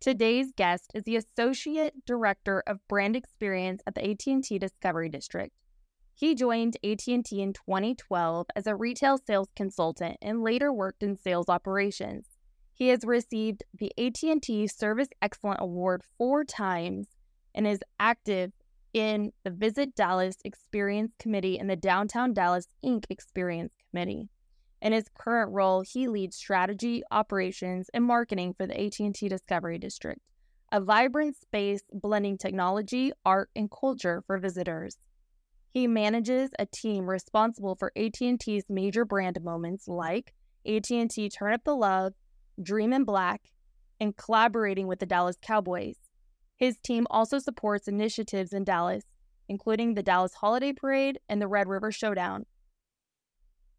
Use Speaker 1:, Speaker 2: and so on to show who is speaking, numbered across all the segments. Speaker 1: Today's guest is the Associate Director of Brand Experience at the AT&T Discovery District. He joined AT&T in 2012 as a retail sales consultant and later worked in sales operations. He has received the AT&T Service Excellent Award 4 times and is active in the Visit Dallas Experience Committee and the Downtown Dallas Inc. Experience Committee. In his current role, he leads strategy, operations, and marketing for the AT&T Discovery District, a vibrant space blending technology, art, and culture for visitors. He manages a team responsible for AT&T's major brand moments like AT&T Turn Up the Love, Dream in Black, and collaborating with the Dallas Cowboys. His team also supports initiatives in Dallas, including the Dallas Holiday Parade and the Red River Showdown.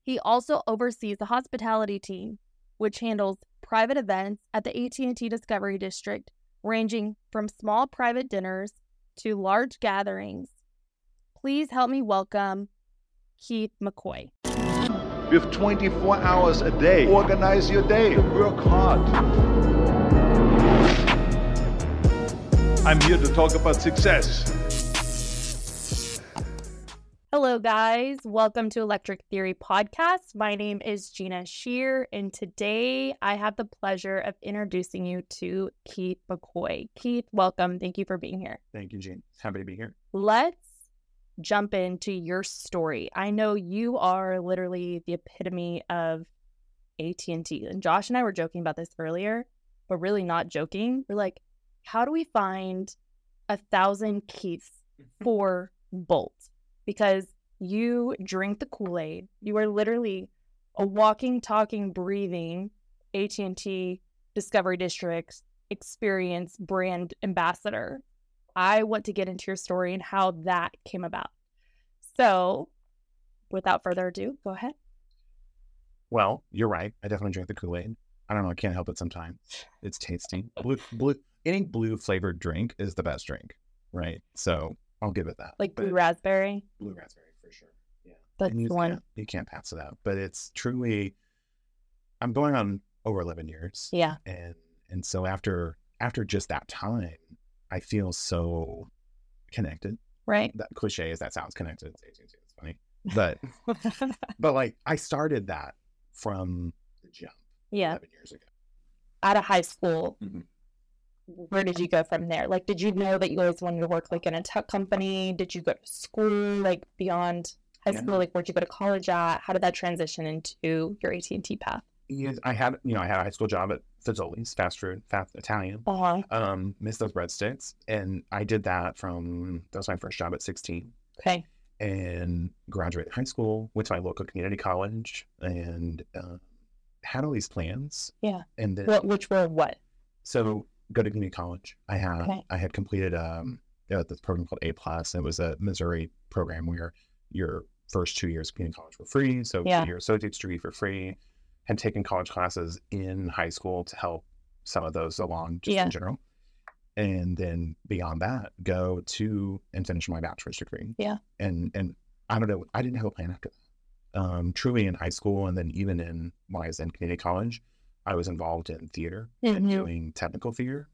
Speaker 1: He also oversees the hospitality team, which handles private events at the AT&T Discovery District, ranging from small private dinners to large gatherings. Please help me welcome Keith McCoy.
Speaker 2: You have 24 hours a day. Organize your day. Work hard. I'm here to talk about success.
Speaker 1: Hello, guys. Welcome to Electric Theory Podcast. My name is Gina Shear, and today I have the pleasure of introducing you to Keith McCoy. Keith, welcome. Thank you for being here.
Speaker 3: Thank you, Gene. Happy to be here.
Speaker 1: Let's jump into your story. I know you are literally the epitome of AT&T. And Josh and I were joking about this earlier, but really not joking. We're like, how do we find a thousand Keiths for Bolt? Because you drink the Kool-Aid. You are literally a walking, talking, breathing AT&T Discovery District experience brand ambassador. I want to get into your story and how that came about. So, without further ado, go ahead.
Speaker 3: Well, you're right. I definitely drink the Kool Aid. I don't know. I can't help it sometimes. It's tasty. Blue, blue, any blue flavored drink is the best drink, right? So I'll give it that.
Speaker 1: Like
Speaker 3: But-
Speaker 1: blue raspberry.
Speaker 3: blue raspberry for sure. Yeah.
Speaker 1: That's
Speaker 3: And you
Speaker 1: the one.
Speaker 3: Can't, you can't pass it up. But it's truly, I'm going on over 11 years.
Speaker 1: Yeah.
Speaker 3: and and so after after just that time i feel so connected
Speaker 1: Right.
Speaker 3: that cliche is that sounds connected it's AT&T, it's funny but Mm-hmm. but like i started that from the jump
Speaker 1: yeah.
Speaker 3: 11 years ago
Speaker 1: Out of high school,
Speaker 3: Mhm.
Speaker 1: where did you go from there? Like, did you know that you always wanted to work like in a tech company? Did you go to school like beyond high
Speaker 3: Yeah.
Speaker 1: school? Like, where'd you go to college at? How did that transition into your AT and T path?
Speaker 3: Yes, i had you know i had a high school job at fazoli's fast food fast italian
Speaker 1: Uh huh.
Speaker 3: um missed those breadsticks and i did that from that was my first job at 16
Speaker 1: Okay.
Speaker 3: and graduated high school, went to my local community college, and uh, had all these plans.
Speaker 1: Yeah.
Speaker 3: And then,
Speaker 1: What? Which were what?
Speaker 3: so go to community college. I had
Speaker 1: Okay.
Speaker 3: I had completed um uh, this program called A Plus. It was a Missouri program where your first two years of community college were free. So
Speaker 1: Yeah.
Speaker 3: your associate's degree for free. Had taken college classes in high school to help some of those along just
Speaker 1: Yeah.
Speaker 3: in general. And then beyond that, go to and finish my bachelor's degree.
Speaker 1: Yeah.
Speaker 3: And and I don't know. I didn't have a plan after that. Um, truly in high school, and then even in when I was in community college, I was involved in theater and
Speaker 1: Mhm.
Speaker 3: doing technical theater.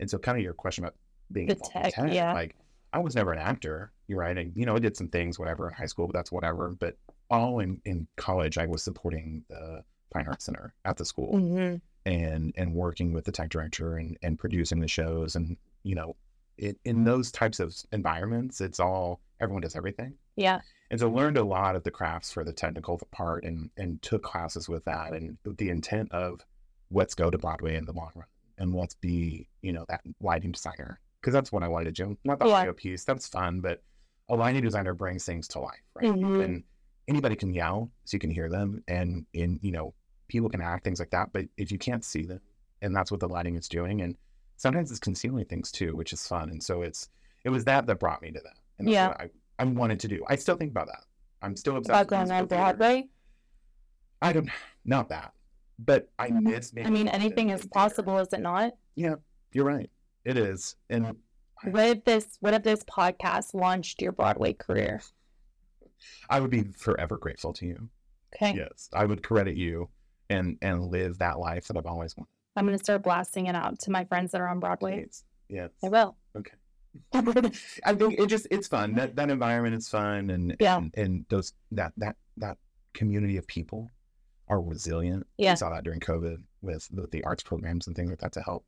Speaker 3: And so, kind of your question about being
Speaker 1: The
Speaker 3: involved
Speaker 1: tech,
Speaker 3: in tech,
Speaker 1: yeah.
Speaker 3: like I was never an actor. You're right. And, you know, I did some things, whatever, in high school, but that's whatever. But all in, in college, I was supporting the Fine Arts Center at the school
Speaker 1: Mm-hmm.
Speaker 3: and and working with the tech director and and producing the shows and you know it,
Speaker 1: Mm.
Speaker 3: in those types of environments it's all everyone does everything
Speaker 1: Yeah.
Speaker 3: and so learned a lot of the crafts for the technical part and and took classes with that and with the intent of let's go to broadway in the long run and let's be you know that lighting designer because that's what i wanted to do not the
Speaker 1: Yeah.
Speaker 3: audio piece that's fun but a lighting designer brings things to life right
Speaker 1: Mhm.
Speaker 3: and anybody can yell so you can hear them and in you know people can act things like that but if you can't see them and that's what the lighting is doing and sometimes it's concealing things too which is fun and so it's it was that that brought me to that and that's
Speaker 1: Yeah.
Speaker 3: what I, I wanted to do i still think about that i'm still obsessed
Speaker 1: About
Speaker 3: with
Speaker 1: going on
Speaker 3: musical theater.
Speaker 1: Broadway.
Speaker 3: i don't not that but i
Speaker 1: Mhm.
Speaker 3: miss
Speaker 1: I mean,
Speaker 3: being
Speaker 1: anything
Speaker 3: in
Speaker 1: is
Speaker 3: theater.
Speaker 1: possible, is it not?
Speaker 3: you're right it is and
Speaker 1: What if this? What if this podcast launched your Broadway career?
Speaker 3: i would be forever grateful to you
Speaker 1: Okay.
Speaker 3: yes i would credit you and and live that life that i've always wanted
Speaker 1: I'm going to start blasting it out to my friends that are on Broadway.
Speaker 3: It's- Yeah.
Speaker 1: I will.
Speaker 3: I think it just it's fun. That that environment is fun and
Speaker 1: Yeah.
Speaker 3: and, and those that that that community of people are resilient.
Speaker 1: Yeah.
Speaker 3: We saw that during COVID with, with the arts programs and things like that to help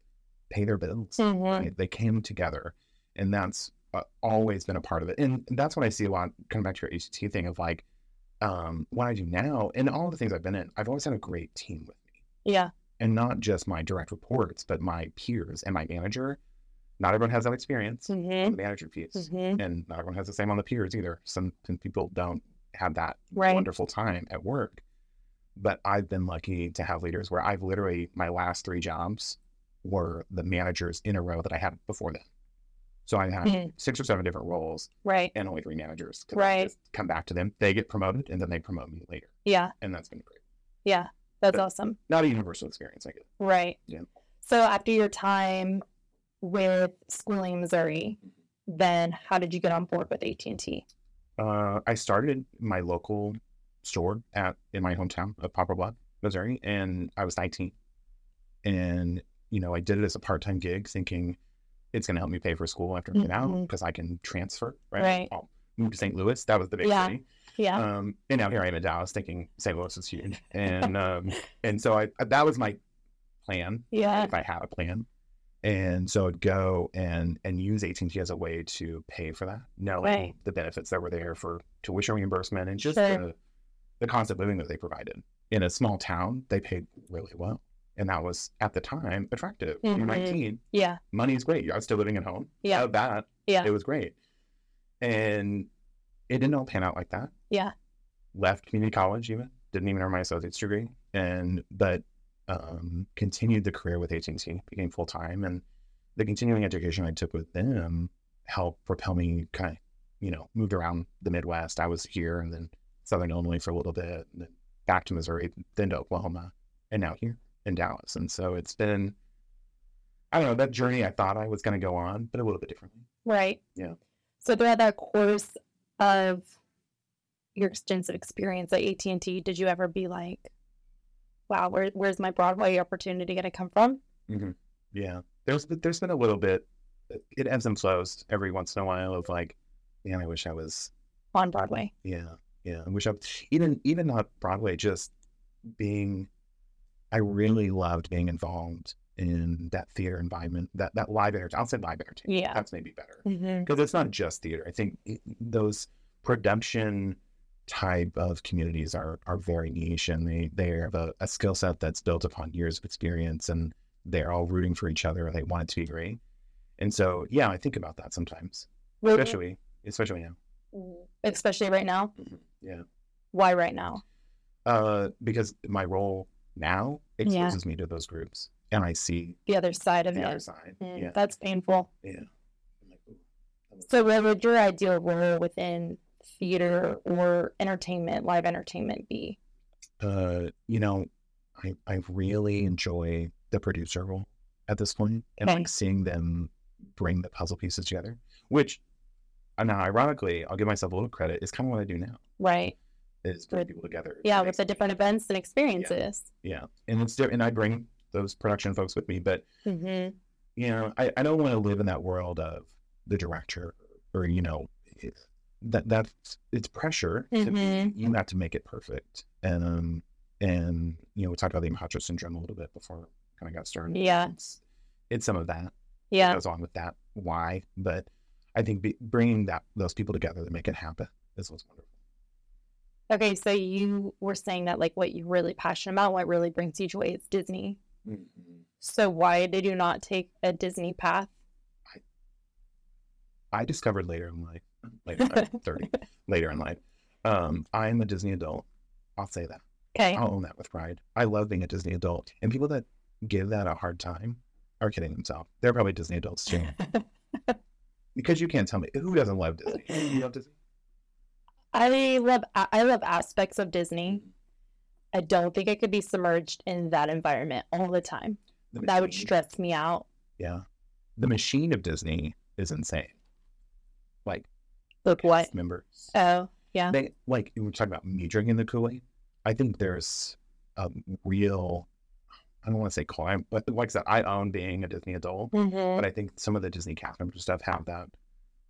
Speaker 3: pay their bills.
Speaker 1: Mm-hmm.
Speaker 3: Right? They came together, and that's uh, always been a part of it. And that's what I see a lot. Coming back to your HT thing of like um, what I do now and all the things I've been in, I've always had a great team with me,
Speaker 1: Yeah.
Speaker 3: and not just my direct reports, but my peers and my manager. Not everyone has that experience.
Speaker 1: Mm-hmm.
Speaker 3: The manager piece,
Speaker 1: Mm-hmm.
Speaker 3: and not everyone has the same on the peers either. Some, some people don't have that
Speaker 1: Right.
Speaker 3: wonderful time at work. But I've been lucky to have leaders where I've literally, my last three jobs were the managers in a row that I had before them. So I had
Speaker 1: Mhm.
Speaker 3: six or seven different roles
Speaker 1: Right.
Speaker 3: and only three managers. 'cause I
Speaker 1: Right.
Speaker 3: just Come back to them. They get promoted and then they promote me later.
Speaker 1: Yeah.
Speaker 3: And that's been great.
Speaker 1: Yeah. That's
Speaker 3: But-
Speaker 1: awesome.
Speaker 3: Not a universal experience, I guess.
Speaker 1: Right.
Speaker 3: Yeah.
Speaker 1: So after your time with schooling in Missouri, then how did you get on board with AT and T?
Speaker 3: Uh, I started my local store at in my hometown of Poplar Bluff, Missouri, and I was 19. And you know, I did it as a part-time gig, thinking it's going to help me pay for school after I get out
Speaker 1: Mhm.
Speaker 3: because I can transfer. Right.
Speaker 1: Right.
Speaker 3: I'll move to St. Louis. That was the big
Speaker 1: Yeah.
Speaker 3: city.
Speaker 1: Yeah.
Speaker 3: Um, and now here I am in Dallas, thinking St. Louis is huge. And um, and so I that was my plan
Speaker 1: yeah.
Speaker 3: if I had a plan. And so I'd go and and use AT&T as a way to pay for that, knowing
Speaker 1: Right.
Speaker 3: the benefits that were there for tuition reimbursement and just
Speaker 1: Sure.
Speaker 3: the, the cost of living that they provided. In a small town, they paid really well. And that was, at the time, attractive.
Speaker 1: Mhm.
Speaker 3: You're 19,
Speaker 1: Yeah.
Speaker 3: money is great. I was still living at home.
Speaker 1: Yeah.
Speaker 3: Without that,
Speaker 1: Yeah.
Speaker 3: it was great. And it didn't all pan out like that.
Speaker 1: Yeah.
Speaker 3: Left community college even. Didn't even earn my associate's degree. And but um continued the career with AT&T, became full time and the continuing education I took with them helped propel me kind of, you know, moved around the Midwest. I was here and then Southern Illinois for a little bit, and then back to Missouri, then to Oklahoma, and now here in Dallas. And so it's been I don't know, that journey I thought I was going to go on, but a little bit differently.
Speaker 1: Right.
Speaker 3: Yeah.
Speaker 1: So throughout that course of your extensive experience at AT and T, did you ever be like, "Wow, where, where's my Broadway opportunity going to come from?"
Speaker 3: Yeah. There's been- there's been a little bit it ebbs and flows every once in a while of like, man, I wish I was
Speaker 1: On Broadway.
Speaker 3: yeah, yeah. I wish I even even not Broadway, just being I really loved being involved in that theater environment, that that live entertainment. I'll say live entertainment.
Speaker 1: Yeah.
Speaker 3: That's maybe better.
Speaker 1: Mm-hmm.
Speaker 3: because it's not just theater. I think it- those production type of communities are are very niche, and they they have a, a skill set that's built upon years of experience, and they're all rooting for each other. They want it to be great, and so yeah, I think about that sometimes, especially especially now.
Speaker 1: especially right now.
Speaker 3: Yeah,
Speaker 1: Why right now?
Speaker 3: uh, because my role now
Speaker 1: Yeah.
Speaker 3: exposes me to those groups, and I see
Speaker 1: The other side of
Speaker 3: the other
Speaker 1: it.
Speaker 3: side.
Speaker 1: Mm,
Speaker 3: Yeah,
Speaker 1: That's painful.
Speaker 3: yeah. I'm like, ooh, that was-
Speaker 1: So, what would your ideal role within theater or entertainment, live entertainment, be?
Speaker 3: uh, you know, I I really
Speaker 1: Mm-hmm.
Speaker 3: enjoy the producer role at this point and
Speaker 1: Okay.
Speaker 3: like seeing them bring the puzzle pieces together, which uh, now ironically, I'll give myself a little credit, is kind of what I do now
Speaker 1: Right.
Speaker 3: is bring
Speaker 1: With-
Speaker 3: people together. to
Speaker 1: Yeah,
Speaker 3: make
Speaker 1: with the
Speaker 3: something.
Speaker 1: different events and experiences.
Speaker 3: Yeah. And it's different and I bring those production folks with me, but
Speaker 1: Mm-hmm.
Speaker 3: you know, I, I don't want to live in that world of the director or, you know, it- that that's it's pressure. to be-
Speaker 1: Mhm.
Speaker 3: you have to make it perfect. And um and you know, we talked about the imposter syndrome a little bit before kind of got started.
Speaker 1: Yeah.
Speaker 3: It's, it's some of that that
Speaker 1: Yeah.
Speaker 3: goes on with that why, but I think be, bringing that those people together to make it happen is what's wonderful.
Speaker 1: Okay, so you were saying that like what you're really passionate about, what really brings you joy is Disney. So why did you not take a Disney path?
Speaker 3: I discovered later in life, later in life, thirty, later in life, um, I'm a Disney adult. I'll say that.
Speaker 1: Okay.
Speaker 3: I'll own that with pride. I love being a Disney adult, and people that give that a hard time are kidding themselves. They're probably Disney adults too, because you can't tell me who doesn't love Disney. You love Disney?
Speaker 1: I love I love aspects of Disney. I don't think I could be submerged in that environment all the time.
Speaker 3: The
Speaker 1: That would
Speaker 3: machine.
Speaker 1: stress me out.
Speaker 3: Yeah, the machine of Disney is insane. Like
Speaker 1: Look what?
Speaker 3: cast members?
Speaker 1: Oh,
Speaker 3: they like we were talking about me drinking the Kool Aid. I think there's a real, I I don't want to say climb, but like I said, I own being a Disney adult.
Speaker 1: Mm-hmm.
Speaker 3: But I think some of the Disney cast members stuff have that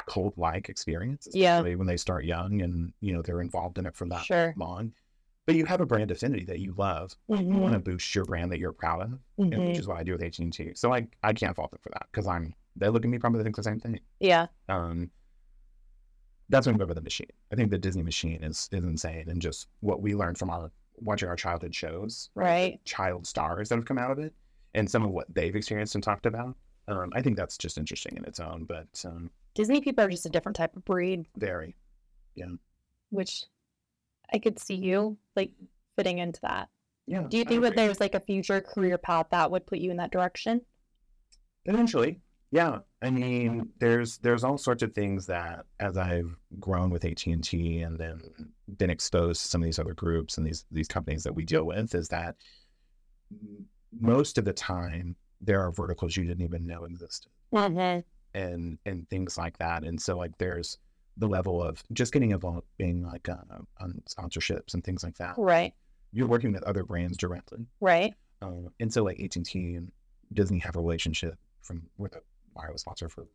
Speaker 3: cult like experience,
Speaker 1: Yeah.
Speaker 3: especially when they start young and you know they're involved in it for that
Speaker 1: Sure.
Speaker 3: long. But you have a brand affinity that you love. You
Speaker 1: Mm-hmm.
Speaker 3: want to boost your brand that you're proud of, and
Speaker 1: Mhm.
Speaker 3: which is what I do with AT and T. So I I can't fault them for that because I'm they look at me probably think the same thing.
Speaker 1: Yeah.
Speaker 3: Um, that's when we go by the machine. I think the Disney machine is is insane, and just what we learned from our watching our childhood shows,
Speaker 1: Right.
Speaker 3: child stars that have come out of it, and some of what they've experienced and talked about. Um, I think that's just interesting in its own, but um,
Speaker 1: Disney people are just a different type of breed,
Speaker 3: very
Speaker 1: which I could see you like fitting into that.
Speaker 3: yeah.
Speaker 1: Do you
Speaker 3: I
Speaker 1: think that
Speaker 3: agree.
Speaker 1: there's like a future career path that would put you in that direction?
Speaker 3: Eventually, yeah. I mean, there's there's all sorts of things that as I've grown with AT and T, and then been exposed to some of these other groups and these these companies that we deal with, is that most of the time there are verticals you didn't even know existed,
Speaker 1: Mm-hmm.
Speaker 3: and and things like that. And so like there's the level of just getting involved, being like uh, on sponsorships and things like that.
Speaker 1: Right.
Speaker 3: You're working with other brands directly.
Speaker 1: Right.
Speaker 3: Um, and so like AT&T and Disney have a relationship from with a wireless sponsor for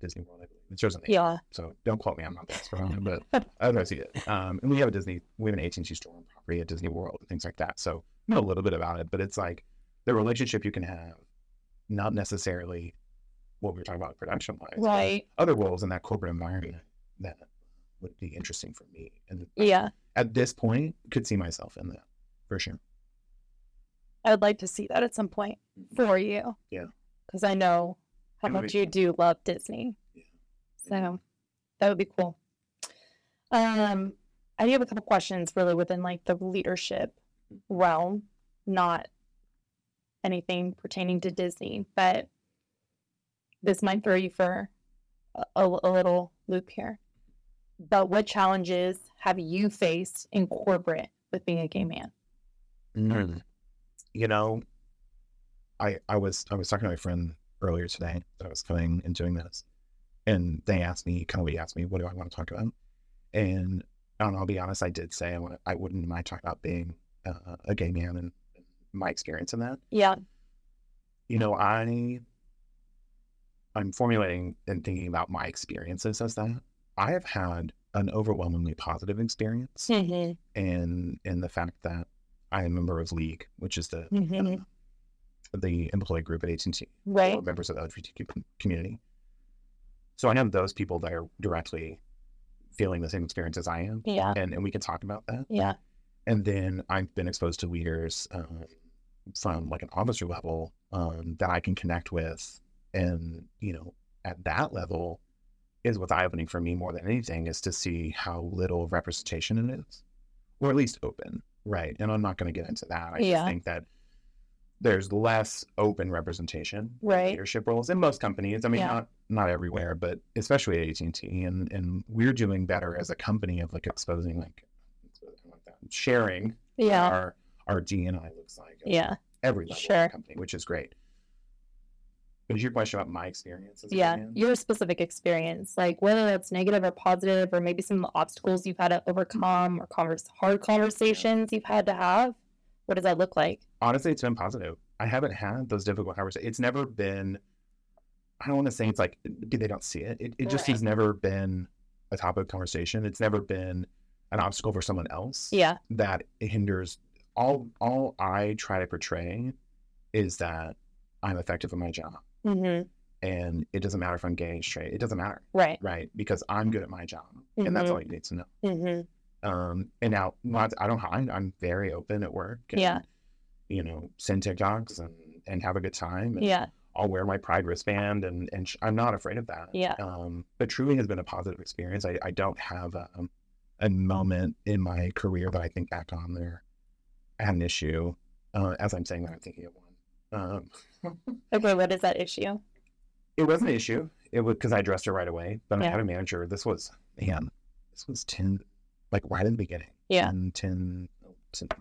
Speaker 3: Disney World. I believe. It shows on the
Speaker 1: Yeah.
Speaker 3: So don't quote me. I'm not the expert on it, but I don't see it. Um, and we have a Disney, we have an AT&T store on property at Disney World and things like that. So I know a little bit about it, but it's like the relationship you can have, not necessarily what we are talking about production wise,
Speaker 1: Right.
Speaker 3: other roles in that corporate environment that would be interesting for me. And
Speaker 1: Yeah.
Speaker 3: at this point could see myself in that for sure.
Speaker 1: I would like to see that at some point for you.
Speaker 3: Yeah.
Speaker 1: Because I know how
Speaker 3: It would
Speaker 1: much
Speaker 3: be-
Speaker 1: you do love Disney.
Speaker 3: Yeah.
Speaker 1: So that would be cool. Um, I do have a couple questions really within like the leadership realm, not anything pertaining to Disney, but this might throw you for a, a a little loop here. But what challenges have you faced in corporate with being a gay man?
Speaker 3: you know, I I was I was talking to my friend earlier today that I was coming and doing this, and they asked me, Kobe asked me, what do I want to talk about? And and I'll be honest, I did say I want I wouldn't mind talking about being uh, a gay man and my experience in that.
Speaker 1: Yeah.
Speaker 3: You know, I I'm formulating and thinking about my experiences as that. I have had an overwhelmingly positive experience, and and the fact that I am a member of League, which is the
Speaker 1: Mhm.
Speaker 3: uh, the employee group at AT&T,
Speaker 1: Right.
Speaker 3: or members of the LGBTQ com- community. So I know those people that are directly feeling the same experience as I am,
Speaker 1: Yeah.
Speaker 3: and, and we can talk about that.
Speaker 1: Yeah.
Speaker 3: And then I've been exposed to leaders um, from like an officer level um, that I can connect with, and you know, at that level is what's eye opening for me more than anything is to see how little representation it is, or at least open, right? And I'm not going to get into that. I
Speaker 1: Yeah.
Speaker 3: just think that there's less open representation in
Speaker 1: Right.
Speaker 3: leadership roles in most companies. I mean,
Speaker 1: Yeah.
Speaker 3: not not everywhere, but especially at AT&T, and and we're doing better as a company of like exposing like like that sharing
Speaker 1: Yeah.
Speaker 3: our our DNI looks like at
Speaker 1: Yeah.
Speaker 3: every level of
Speaker 1: Sure.
Speaker 3: the company, which is great. But is your question about my experience? As a
Speaker 1: Yeah.
Speaker 3: man?
Speaker 1: Your specific experience, like whether that's negative or positive, or maybe some of the obstacles you've had to overcome or converse, hard conversations you've had to have. What does that look like?
Speaker 3: honestly, it's been positive. I haven't had those difficult conversations. It's never been. I don't want to say it's like they don't see it. It, it just
Speaker 1: Right.
Speaker 3: has never been a topic of conversation. It's never been an obstacle for someone else.
Speaker 1: Yeah.
Speaker 3: that hinders all all I try to portray is that I'm effective in my job.
Speaker 1: Mm-hmm.
Speaker 3: And it doesn't matter if I'm gay, straight, it doesn't matter,
Speaker 1: Right.
Speaker 3: right? Because I'm good at my job. And that's
Speaker 1: Mhm.
Speaker 3: all you need to know.
Speaker 1: Mm-hmm.
Speaker 3: Um, and now not, I don't hide. I'm very open at work. and,
Speaker 1: Yeah.
Speaker 3: You know, send TikToks and, and have a good time. And
Speaker 1: Yeah.
Speaker 3: I'll wear my pride wristband and, and sh- I'm not afraid of that.
Speaker 1: Yeah.
Speaker 3: Um, but truly has been a positive experience. I, I don't have a, um, a moment in my career that I think back on there. I had an issue. Uh, as I'm saying that, I'm thinking of one. Um,
Speaker 1: Okay. What is that issue?
Speaker 3: it was an issue. It was because I addressed her right away, but
Speaker 1: Yeah.
Speaker 3: I had a manager. This was, man, this was 10, like right in the beginning.
Speaker 1: Yeah.
Speaker 3: 10, 10,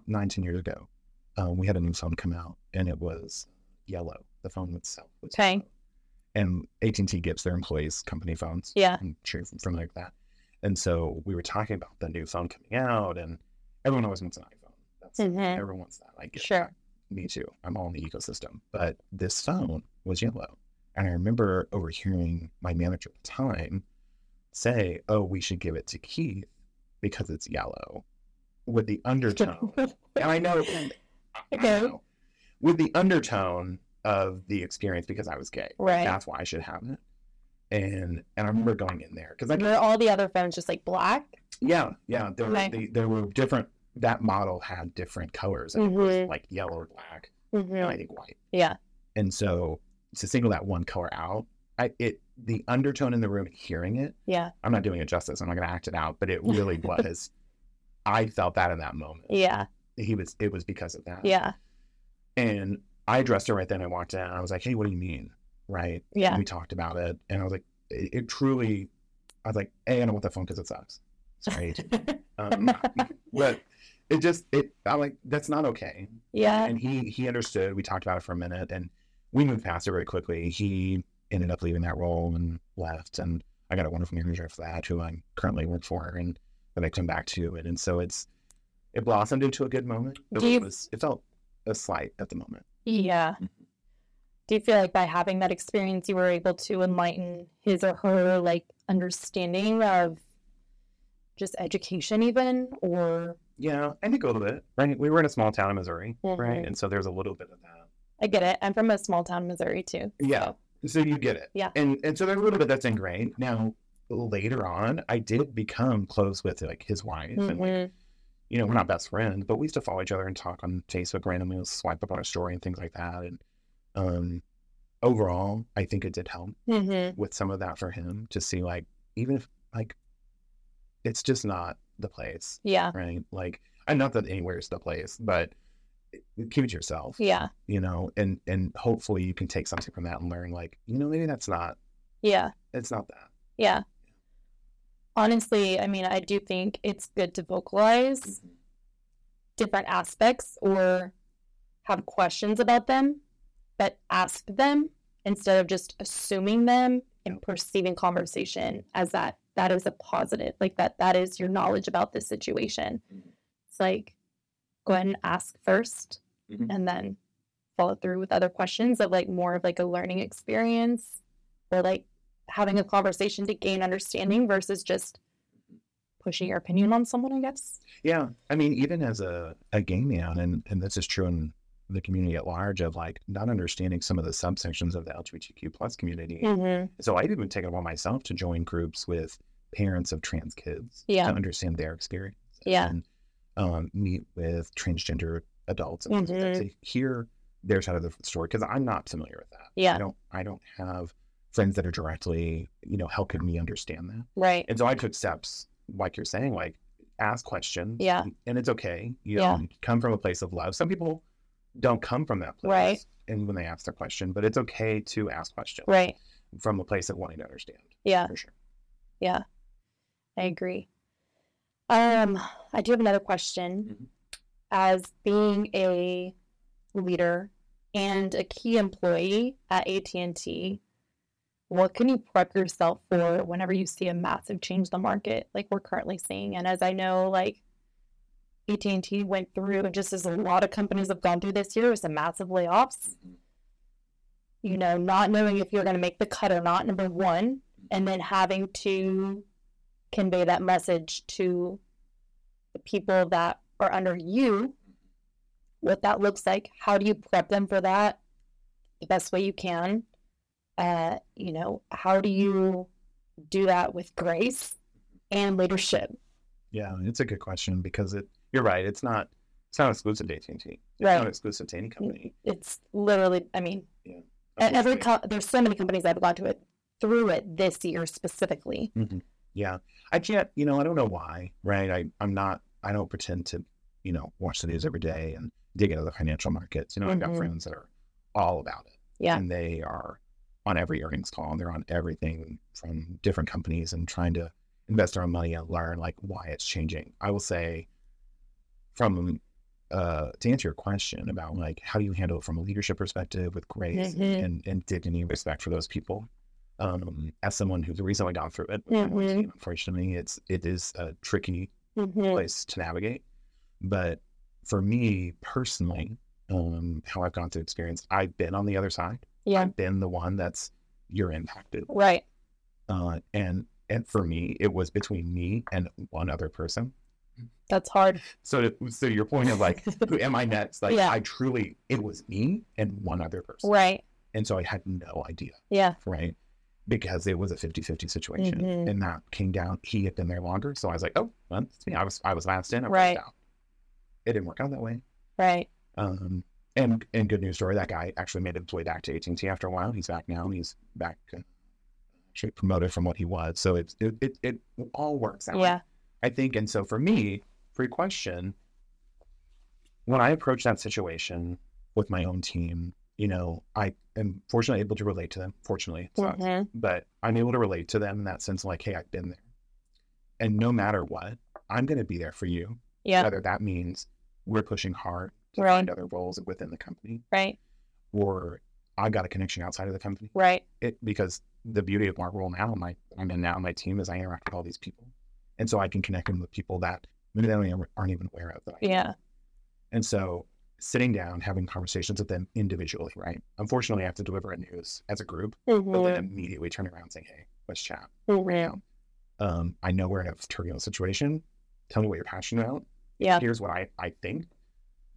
Speaker 3: 9, 10 years ago. Um, we had a new phone come out and it was yellow. The phone itself was
Speaker 1: Okay.
Speaker 3: yellow. And AT&T gives their employees company phones.
Speaker 1: Yeah.
Speaker 3: I'm sure you're familiar with that. And so we were talking about the new phone coming out and everyone always wants an iPhone. That's,
Speaker 1: Mhm.
Speaker 3: Everyone wants that. I get
Speaker 1: Sure.
Speaker 3: that. me too. I'm all in the ecosystem. But this phone was yellow. And I remember overhearing my manager at the time say, Oh, we should give it to Keith because it's yellow with the undertone. and I know, I
Speaker 1: Okay.
Speaker 3: know. with the undertone of the experience because I was gay.
Speaker 1: right. Mm-hmm.
Speaker 3: That's why I should have it. And and I remember going in there because I
Speaker 1: Were all the other phones just like black?
Speaker 3: yeah yeah there
Speaker 1: Okay.
Speaker 3: were they, there were different that model had different colors and it was
Speaker 1: Mhm.
Speaker 3: like yellow or black and I
Speaker 1: Mm-hmm.
Speaker 3: think white.
Speaker 1: Yeah.
Speaker 3: And so to single that one color out, I it the undertone in the room, hearing it,
Speaker 1: Yeah.
Speaker 3: I'm not doing it justice. I'm not going to act it out, but it really was. I felt that in that moment.
Speaker 1: Yeah.
Speaker 3: He was. It was because of that.
Speaker 1: Yeah.
Speaker 3: And I addressed her right then. I walked in. And I was like, "Hey, what do you mean?" Right.
Speaker 1: Yeah.
Speaker 3: And we talked about it, and I was like, "It, it truly." I was like, "Hey, I don't want that phone because it sucks." Sorry. um, but it just it. I'm like, that's not okay
Speaker 1: yeah.
Speaker 3: and he he understood. We talked about it for a minute, and we moved past it very quickly. He ended up leaving that role and left, and I got a wonderful manager for that, who I currently work for, and that I come back to it. And so it's it blossomed into a good moment. It,
Speaker 1: Do you-
Speaker 3: was, it felt a slight at the moment.
Speaker 1: Yeah. Mm-hmm. Do you feel like by having that experience, you were able to enlighten his or her like understanding of just education, even or
Speaker 3: Yeah, I think a little bit. Right, we were in a small town in Missouri, right,
Speaker 1: Mhm.
Speaker 3: and so there's a little bit of that.
Speaker 1: I get it. I'm from a small town, Missouri, too.
Speaker 3: Yeah.
Speaker 1: so-
Speaker 3: So you get it.
Speaker 1: Yeah.
Speaker 3: And and so there's a little bit that's ingrained. Now later on, I did become close with like his wife and like
Speaker 1: Mhm.
Speaker 3: you know, we're not best friends, but we used to follow each other and talk on Facebook randomly, we'll swipe up on a story and things like that. And um, overall, I think it did help
Speaker 1: Mhm.
Speaker 3: with some of that for him to see, like, even if, like, it's just not the place,
Speaker 1: Yeah.
Speaker 3: right? Like, and not that anywhere is the place, but keep it to yourself,
Speaker 1: Yeah.
Speaker 3: you know, and and hopefully you can take something from that and learn, like, you know, maybe that's not,
Speaker 1: Yeah.
Speaker 3: it's not that.
Speaker 1: Yeah. Honestly, I mean, I do think it's good to vocalize different aspects or have questions about them, but ask them instead of just assuming them and perceiving conversation as that that is a positive, like that that is your knowledge about this situation. It's like go ahead and ask 1st
Speaker 3: Mhm.
Speaker 1: and then follow through with other questions of like more of like a learning experience or like having a conversation to gain understanding versus just pushing your opinion on someone, I guess.
Speaker 3: Yeah. I mean, even as a, a gay man, and, and this is true in the community at large of like not understanding some of the subsections of the LGBTQ plus community.
Speaker 1: Mm-hmm.
Speaker 3: So I've even taken it upon myself to join groups with parents of trans kids
Speaker 1: Yeah.
Speaker 3: to understand their experience
Speaker 1: Yeah.
Speaker 3: and um, meet with transgender adults and things like that
Speaker 1: Mm-hmm.
Speaker 3: to hear their side of the story because I'm not familiar with that. I
Speaker 1: Yeah.
Speaker 3: don't I don't have friends that are directly, you know, helping me understand that.
Speaker 1: Right.
Speaker 3: And so I took steps, like you're saying, like ask questions.
Speaker 1: Yeah.
Speaker 3: And it's okay. You
Speaker 1: Yeah.
Speaker 3: know, you come from a place of love. Some people don't come from that place.
Speaker 1: Right.
Speaker 3: And when they ask their question, but it's okay to ask questions
Speaker 1: Right.
Speaker 3: from a place of wanting to understand.
Speaker 1: Yeah.
Speaker 3: For sure.
Speaker 1: Yeah. I agree. Um, I do have another question. As being a leader and a key employee at AT&T, what can you prep yourself for whenever you see a massive change in the market like we're currently seeing? And as I know, like AT&T went through, and just as a lot of companies have gone through this year, with some massive layoffs. You know, not knowing if you're going to make the cut or not, number one, and then having to convey that message to the people that are under you, what that looks like. How do you prep them for that the best way you can? Uh, you know, how do you do that with grace and leadership?
Speaker 3: Yeah. It's a good question because it you're right. It's not it's not exclusive to AT&T. It's
Speaker 1: Right.
Speaker 3: not exclusive to any company.
Speaker 1: It's literally, I mean, and every co-
Speaker 3: unfortunately.
Speaker 1: there's so many companies that have gone to it through it this year specifically.
Speaker 3: Yeah. I can't, you know, I don't know why, right? I, I'm not, I don't pretend to, you know, watch the news every day and dig into the financial markets. You know, I've
Speaker 1: Mhm.
Speaker 3: got friends that are all about it.
Speaker 1: Yeah.
Speaker 3: And they are on every earnings call and they're on everything from different companies and trying to invest their own money and learn like why it's changing. I will say from, uh, to answer your question about like how do you handle it from a leadership perspective with grace
Speaker 1: Mhm.
Speaker 3: and, and dignity and respect for those people um, as someone who's recently gone through it,
Speaker 1: Mhm.
Speaker 3: my team, unfortunately, it's it is a tricky
Speaker 1: Mhm.
Speaker 3: place to navigate. But for me personally, um, how I've gone through experience. I've been on the other side.
Speaker 1: Yeah.
Speaker 3: I've been the one that's you're impacted.
Speaker 1: Right.
Speaker 3: Uh, and and for me, it was between me and one other person.
Speaker 1: That's hard.
Speaker 3: So to, so your point of like, who am I next? Like
Speaker 1: Yeah.
Speaker 3: I truly, it was me and one other person,
Speaker 1: Right.
Speaker 3: and so I had no idea,
Speaker 1: Yeah.
Speaker 3: right? Because it was a 50-50 situation,
Speaker 1: Mhm.
Speaker 3: and that came down. He had been there longer, so I was like, oh, well, it's me. I was I was last in. I
Speaker 1: Right.
Speaker 3: Out. It didn't work out that way.
Speaker 1: Right.
Speaker 3: Um, and and good news story, that guy actually made his way back to AT and T after a while. He's back now, and he's back uh, actually promoted from what he was. So it's it it, it all works out.
Speaker 1: Yeah.
Speaker 3: I think. And so for me, free question. When I approach that situation with my own team, you know, I am fortunately able to relate to them. Fortunately, it sucks,
Speaker 1: Mhm.
Speaker 3: but I'm able to relate to them in that sense, like, hey, I've been there, and no matter what, I'm going to be there for you
Speaker 1: Yeah.
Speaker 3: whether that means we're pushing hard to
Speaker 1: Right.
Speaker 3: find other roles within the company
Speaker 1: Right.
Speaker 3: or I got a connection outside of the company.
Speaker 1: Right.
Speaker 3: It because the beauty of my role now, my I'm in now my team is I interact with all these people. And so I can connect them with people that maybe they don't even- aren't even aware of that. I-
Speaker 1: Yeah.
Speaker 3: And so sitting down, having conversations with them individually, right? Unfortunately I have to deliver a news as a group, but then
Speaker 1: Mhm.
Speaker 3: immediately turn around and say, Hey, let's chat.
Speaker 1: Mhm.
Speaker 3: Um, I know we're in a turbulent situation. Tell me what you're passionate about
Speaker 1: Yeah.
Speaker 3: here's what I, I think,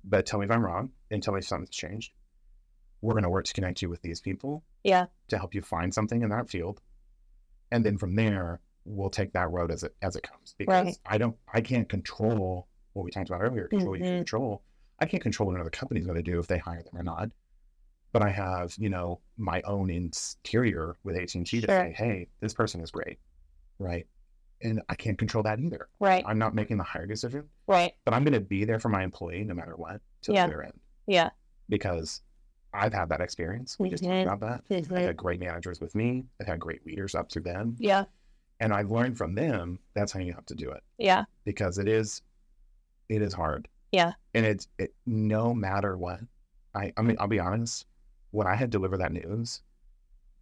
Speaker 3: but tell me if I'm wrong and tell me if something's changed. We're going to work to connect you with these people
Speaker 1: Yeah.
Speaker 3: to help you find something in that field. And then from there, we'll take that road as it, as it comes because
Speaker 1: Right.
Speaker 3: I don't, I can't control what we talked about earlier. Control, you
Speaker 1: Mhm.
Speaker 3: can control. I can't control what another company's going to do if they hire them or not. But I have, you know, my own interior with AT&T to
Speaker 1: Sure.
Speaker 3: say, hey, this person is great. Right. And I can't control that either.
Speaker 1: Right.
Speaker 3: I'm not making the hire decision
Speaker 1: Right.
Speaker 3: but I'm going to be there for my employee no matter what till
Speaker 1: Yeah.
Speaker 3: their end
Speaker 1: Yeah.
Speaker 3: because I've had that experience. We just
Speaker 1: Mhm.
Speaker 3: talked about that. I've had great managers with me. I've had great leaders up through them,
Speaker 1: Yeah.
Speaker 3: and I've learned from them. That's how you have to do it
Speaker 1: Yeah.
Speaker 3: because it is, it is hard.
Speaker 1: Yeah.
Speaker 3: and it's it, no matter what. I I mean I'll be honest. When I had delivered that news,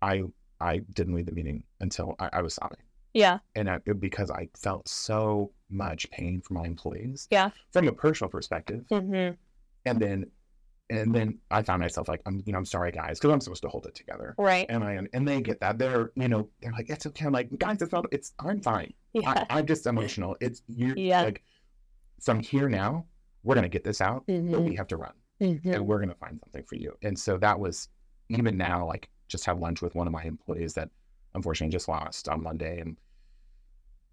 Speaker 3: I I didn't leave the meeting until I, I was sobbing
Speaker 1: Yeah.
Speaker 3: and I, because I felt so much pain for my employees.
Speaker 1: Yeah.
Speaker 3: From a personal perspective,
Speaker 1: Mhm.
Speaker 3: Mm-hmm. and then and then I found myself like, I'm you know I'm sorry guys because I'm supposed to hold it together.
Speaker 1: Right.
Speaker 3: And I and they get that they're you know they're like it's okay. I'm like guys, it's not it's I'm fine.
Speaker 1: Yeah.
Speaker 3: I, I'm just emotional. It's you
Speaker 1: Yeah.
Speaker 3: like from here now we're gonna get this out. But
Speaker 1: Mhm.
Speaker 3: we have to run
Speaker 1: Mhm.
Speaker 3: and we're gonna find something for you. And so that was even now like just have lunch with one of my employees that unfortunately just lost on Monday and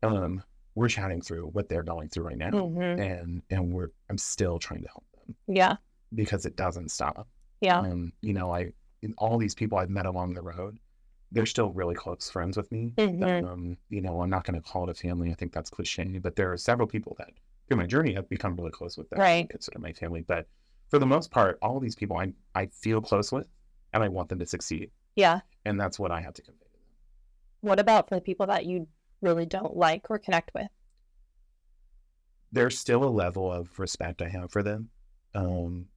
Speaker 3: um we're chatting through what they're going through right now
Speaker 1: Mhm.
Speaker 3: and and we're I'm still trying to help them
Speaker 1: Yeah.
Speaker 3: because it doesn't stop.
Speaker 1: Yeah.
Speaker 3: Um, you know, I in all these people I've met along the road, they're still really close friends with me.
Speaker 1: Mhm.
Speaker 3: Um, you know, I'm not going to call it a family. I think that's cliche, but there are several people that through my journey have become really close with them. I
Speaker 1: Right.
Speaker 3: consider my family, but for the most part, all these people I I feel close with, and I want them to succeed,
Speaker 1: Yeah.
Speaker 3: and that's what I have to convey. to them.
Speaker 1: What about for the people that you really don't like or connect with?
Speaker 3: There's still a level of respect I have for them. Um,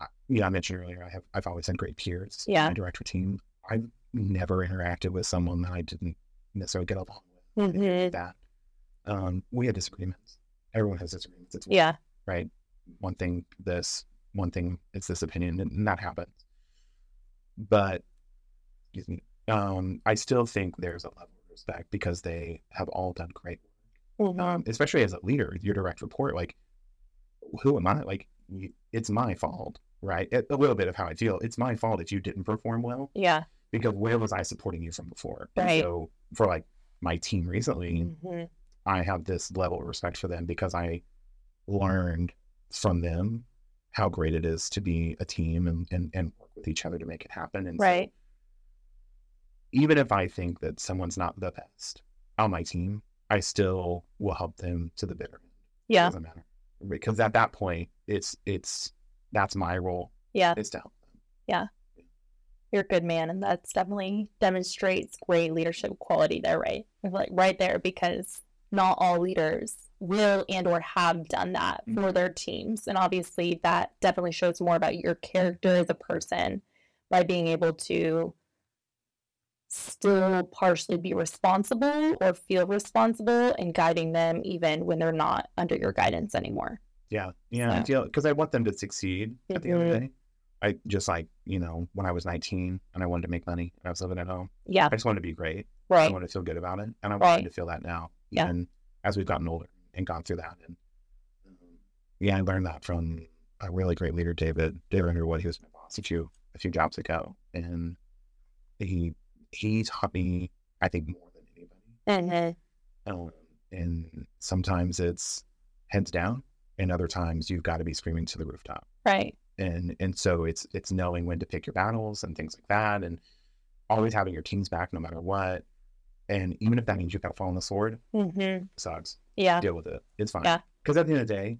Speaker 3: I, yeah, I mentioned earlier I have I've always had great peers. in
Speaker 1: Yeah.
Speaker 3: My director team. I've never interacted with someone that I didn't necessarily get along with.
Speaker 1: Mhm.
Speaker 3: that. Um, we had disagreements. Everyone has disagreements. It's
Speaker 1: Yeah.
Speaker 3: right. One thing this, one thing it's this opinion, and that happens. But excuse me. Um, I still think there's a level of respect because they have all done great.
Speaker 1: Mhm.
Speaker 3: Um, especially as a leader, your direct report, like, who am I? Like, you, it's my fault, right? It, a little bit of how I feel. It's my fault if you didn't perform well
Speaker 1: Yeah.
Speaker 3: because where was I supporting you from before?
Speaker 1: Right.
Speaker 3: And so for like my team recently,
Speaker 1: Mhm.
Speaker 3: I have this level of respect for them because I learned from them how great it is to be a team and, and, and work with each other to make it happen. And so
Speaker 1: Right.
Speaker 3: even if I think that someone's not the best on my team, I still will help them to the bitter. end. It
Speaker 1: Yeah.
Speaker 3: doesn't matter. Because at that point, it's it's that's my role
Speaker 1: Yeah.
Speaker 3: is to help.
Speaker 1: You're a good man, and that's definitely demonstrates great leadership quality there, right? Like right there, because not all leaders will and or have done that for their teams, and obviously that definitely shows more about your character as a person by being able to still partially be responsible or feel responsible and guiding them even when they're not under your guidance anymore.
Speaker 3: Yeah. Yeah. I
Speaker 1: So-
Speaker 3: feel because I want them to succeed at the end of the
Speaker 1: Mhm.
Speaker 3: day. I just like, you know, when I was 19 and I wanted to make money and I was living at home,
Speaker 1: Yeah.
Speaker 3: I just wanted to be great. I
Speaker 1: Right.
Speaker 3: wanted to feel good about it. And I want
Speaker 1: Right.
Speaker 3: them to feel that now.
Speaker 1: Yeah.
Speaker 3: And as we've gotten older and gone through that. And um, yeah, I learned that from a really great leader, David, David Underwood. He was my boss a few, a few jobs ago. And he, he taught me, I think, more than
Speaker 1: Mhm.
Speaker 3: anybody. Um, and sometimes it's heads down, and other times you've got to be screaming to the rooftop.
Speaker 1: Right.
Speaker 3: And and so it's it's knowing when to pick your battles and things like that, and always having your team's back no matter what. And even if that means you've got to fall on the sword,
Speaker 1: hmm
Speaker 3: sucks.
Speaker 1: Yeah.
Speaker 3: Deal with it. It's fine.
Speaker 1: Yeah.
Speaker 3: Because at the end of the day,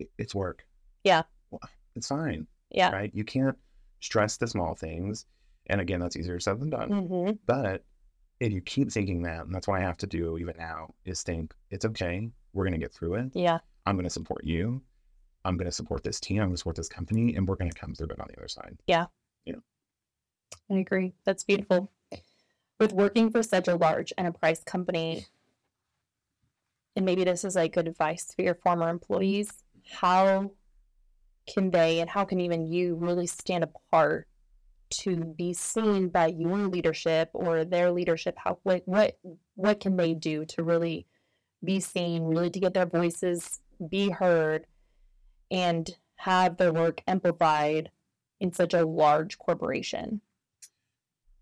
Speaker 3: it, it's work.
Speaker 1: Yeah.
Speaker 3: Well, It's fine.
Speaker 1: Yeah.
Speaker 3: Right. You can't stress the small things. And again, that's easier said than done.
Speaker 1: hmm
Speaker 3: But if you keep thinking that, and that's what I have to do even now, is think it's okay. We're going to get through it.
Speaker 1: Yeah.
Speaker 3: I'm going to support you. I'm going to support this team. I'm going to support this company, and we're going to come through it on the other side.
Speaker 1: I agree. That's beautiful. With working for such a large enterprise company, and maybe this is like good advice for your former employees, how can they and how can even you really stand apart to be seen by your leadership or their leadership? How what what what can they do to really be seen, really to get their voices be heard and have their work amplified in such a large corporation?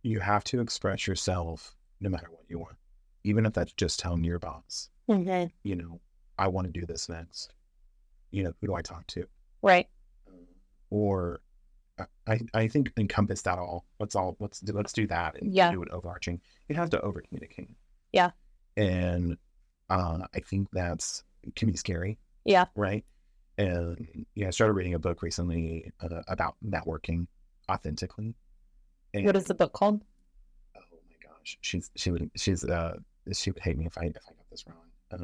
Speaker 3: You have to express yourself no matter what you want, even if that's just telling your boss,
Speaker 1: Mm-hmm.
Speaker 3: you know, I want to do this next. You know, who do I talk to?
Speaker 1: Right.
Speaker 3: Or I- I, I think encompass that all. Let's all let's do let's do that and
Speaker 1: Yeah.
Speaker 3: do it overarching. You have to over communicate.
Speaker 1: Yeah.
Speaker 3: And uh, I think that's it can be scary.
Speaker 1: Yeah.
Speaker 3: Right. And yeah, I started reading a book recently uh, about networking authentically. And,
Speaker 1: What is the book called?
Speaker 3: Oh my gosh, she's she would she's uh she would hate me if I if I got this wrong. Uh,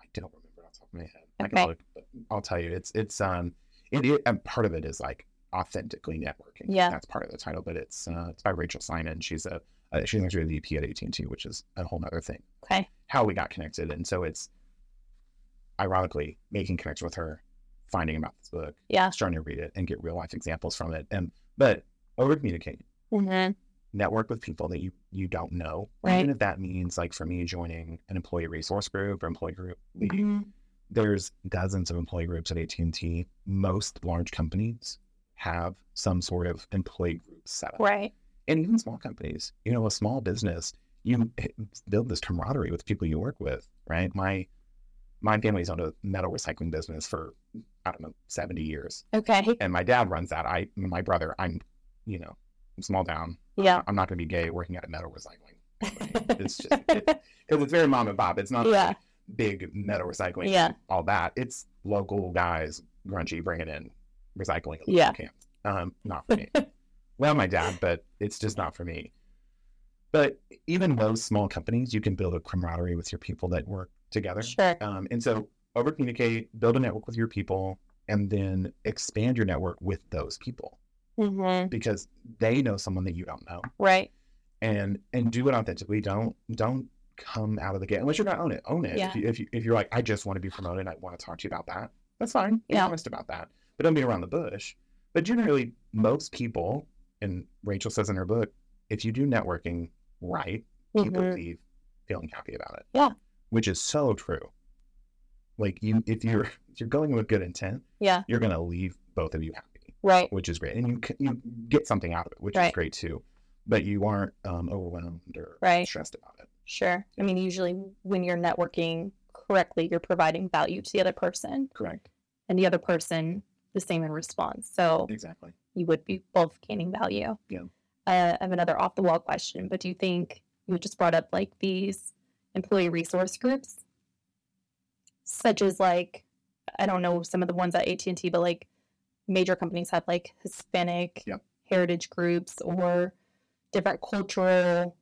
Speaker 3: I don't remember off the top of my head. I
Speaker 1: Okay.
Speaker 3: can look, but I'll tell you. It's it's um it, it and part of it is like authentically networking.
Speaker 1: Yeah.
Speaker 3: that's part of the title. But it's uh, it's by Rachel Simon. She's a uh, she's actually a VP at AT and T, which is a whole nother thing.
Speaker 1: Okay.
Speaker 3: How we got connected, and so it's ironically making connection with her, finding about this book,
Speaker 1: Yeah.
Speaker 3: starting to read it, and get real life examples from it. And but over communicate
Speaker 1: Mm-hmm.
Speaker 3: network with people that you you don't know
Speaker 1: Right.
Speaker 3: even if that means like for me joining an employee resource group or employee group
Speaker 1: Mm-hmm.
Speaker 3: meeting, there's dozens of employee groups at AT&T most large companies have some sort of employee group set up
Speaker 1: Right.
Speaker 3: and even small companies you know a small business you build this camaraderie with people you work with right my my family's owned a metal recycling business for i don't know 70 years
Speaker 1: Okay.
Speaker 3: and my dad runs that. I, my brother, I'm, you know, I'm small down.
Speaker 1: Yeah.
Speaker 3: I'm not going to be gay working at a metal recycling. It's just because it's very mom and pop. It's not
Speaker 1: yeah.
Speaker 3: big metal recycling.
Speaker 1: Yeah.
Speaker 3: all that. It's local guys, grungy, bringing in recycling. if you
Speaker 1: Yeah.
Speaker 3: can. um, not for me. well, my dad, but it's just not for me. But even those small companies, you can build a camaraderie with your people that work together.
Speaker 1: Sure.
Speaker 3: Um, and so over communicate, build a network with your people, and then expand your network with those people
Speaker 1: Mm-hmm.
Speaker 3: because they know someone that you don't know.
Speaker 1: Right.
Speaker 3: And and do it authentically. Don't don't come out of the gate unless you're gonna own it. Own it.
Speaker 1: Yeah.
Speaker 3: If, you, if, you, if you're like, I just want to be promoted, I want to talk to you about that. That's fine. Be
Speaker 1: Yeah.
Speaker 3: honest about that. But don't be around the bush. But generally, most people, and Rachel says in her book, if you do networking right, people
Speaker 1: Mhm.
Speaker 3: leave feeling happy about it.
Speaker 1: Yeah.
Speaker 3: Which is so true. Like you if you're if you're going with good intent,
Speaker 1: Yeah.
Speaker 3: you're gonna leave both of you happy,
Speaker 1: Right.
Speaker 3: which is great. And you c- you get something out of it, which is
Speaker 1: Right.
Speaker 3: great too. But you aren't um, overwhelmed or
Speaker 1: Right.
Speaker 3: stressed about it.
Speaker 1: Sure. I mean, usually when you're networking correctly, you're providing value to the other person,
Speaker 3: Correct.
Speaker 1: and the other person the same in response. So
Speaker 3: Exactly.
Speaker 1: you would be both gaining value.
Speaker 3: Yeah.
Speaker 1: Uh, I have another off the wall question, but do you think you just brought up like these employee resource groups, such as like I don't know some of the ones at AT and T, but like major companies have like Hispanic
Speaker 3: Yep.
Speaker 1: heritage groups or different cultural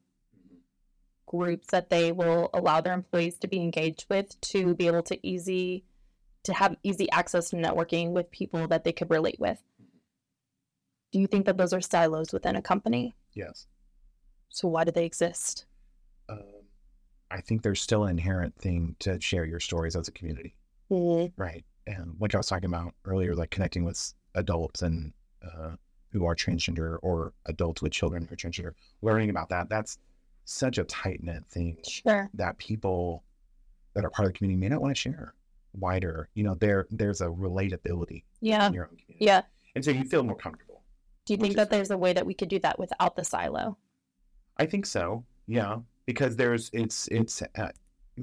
Speaker 1: groups that they will allow their employees to be engaged with to be able to easy to have easy access to networking with people that they could relate with do you think that those are silos within a company?
Speaker 3: Yes.
Speaker 1: So why do they exist?
Speaker 3: Um, I think there's still an inherent thing to share your stories as a community. right? and like I was talking about earlier, like connecting with adults and uh, who are transgender or adults with children who are transgender, learning about that. That's such a tight knit thing
Speaker 1: Sure.
Speaker 3: that people that are part of the community may not want to share wider. You know, there there's a relatability
Speaker 1: Yeah.
Speaker 3: in your own community,
Speaker 1: Yeah.
Speaker 3: and so you feel more comfortable.
Speaker 1: Do you
Speaker 3: Which
Speaker 1: think
Speaker 3: is
Speaker 1: that there's a way that we could do that without the silo?
Speaker 3: I think so. Yeah, because there's it's it's uh,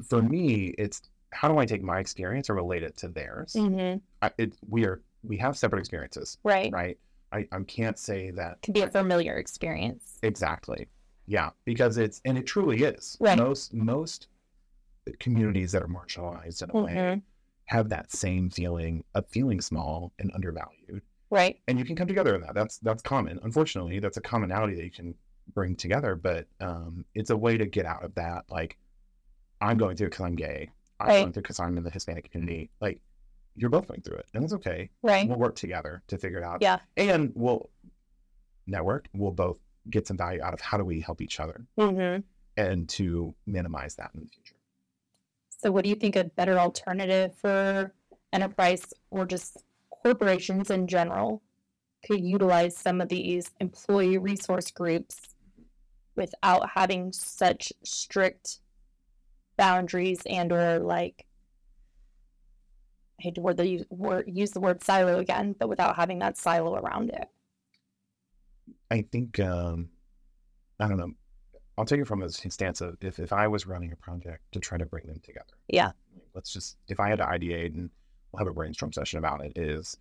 Speaker 3: for me it's how do I take my experience and relate it to theirs?
Speaker 1: Mm-hmm.
Speaker 3: I, it, we are we have separate experiences,
Speaker 1: Right.
Speaker 3: right? I, I can't say that
Speaker 1: Could be a familiar experience.
Speaker 3: exactly. Yeah, because it's and it truly is.
Speaker 1: Right.
Speaker 3: Most most communities that are marginalized in a way
Speaker 1: Mhm.
Speaker 3: have that same feeling of feeling small and undervalued,
Speaker 1: Right.
Speaker 3: and you can come together in that. That's that's common. Unfortunately, that's a commonality that you can bring together, but um, it's a way to get out of that. Like, I'm going through it because I'm gay. I'm
Speaker 1: Right.
Speaker 3: going through because I'm in the Hispanic community. Like, you're both going through it, and it's okay
Speaker 1: Right.
Speaker 3: we'll work together to figure it out.
Speaker 1: Yeah.
Speaker 3: And we'll network. We'll both get some value out of how do we help each other
Speaker 1: Mm-hmm.
Speaker 3: and to minimize that in the future.
Speaker 1: So, what do you think a better alternative for enterprise or just corporations in general could utilize some of these employee resource groups without having such strict boundaries and or like I hate to word the word, use the word silo again, but without having that silo around it.
Speaker 3: I think, um, I don't know. I'll take it from a stance of if, if I was running a project to try to bring them together.
Speaker 1: Yeah.
Speaker 3: Like, Let's just, if I had to ideate and we'll have a brainstorm session about it, is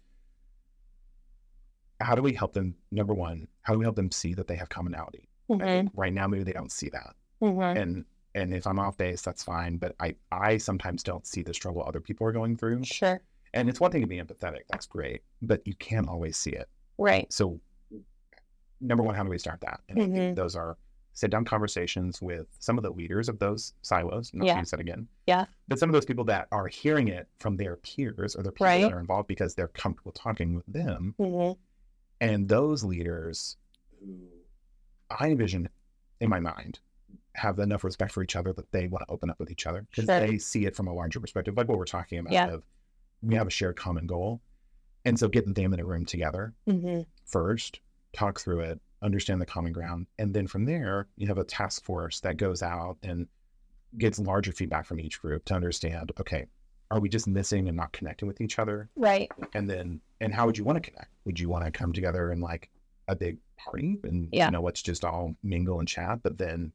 Speaker 3: how do we help them? Number one, how do we help them see that they have commonality? I
Speaker 1: Mm-hmm, Mm.
Speaker 3: think Right now, maybe they don't see that. and and if I'm off base, that's fine. But I I sometimes don't see the struggle other people are going through.
Speaker 1: Sure.
Speaker 3: And it's one thing to be empathetic, that's great, but you can't always see it.
Speaker 1: Right.
Speaker 3: So, number one, how do we start that? And I
Speaker 1: Mm-hmm.
Speaker 3: think those are sit down conversations with some of the leaders of those silos. Not
Speaker 1: Yeah.
Speaker 3: to use that again.
Speaker 1: Yeah.
Speaker 3: But some of those people that are hearing it from their peers or their people
Speaker 1: Right.
Speaker 3: that are involved because they're comfortable talking with them,
Speaker 1: Mm-hmm,
Speaker 3: and those leaders who I envision in my mind have enough respect for each other that they want to open up with each other because
Speaker 1: Sure.
Speaker 3: they see it from a larger perspective, like what we're talking about.
Speaker 1: Yeah.
Speaker 3: Of we have a shared common goal, and so get them in a room together
Speaker 1: Mm-hmm.
Speaker 3: first, talk through it, understand the common ground, and then from there you have a task force that goes out and gets larger feedback from each group to understand. Okay, are we just missing and not connecting with each other?
Speaker 1: Right.
Speaker 3: and then and how would you want to connect would you want to come together in like a big party and
Speaker 1: Yeah.
Speaker 3: you know let's just all mingle and chat but then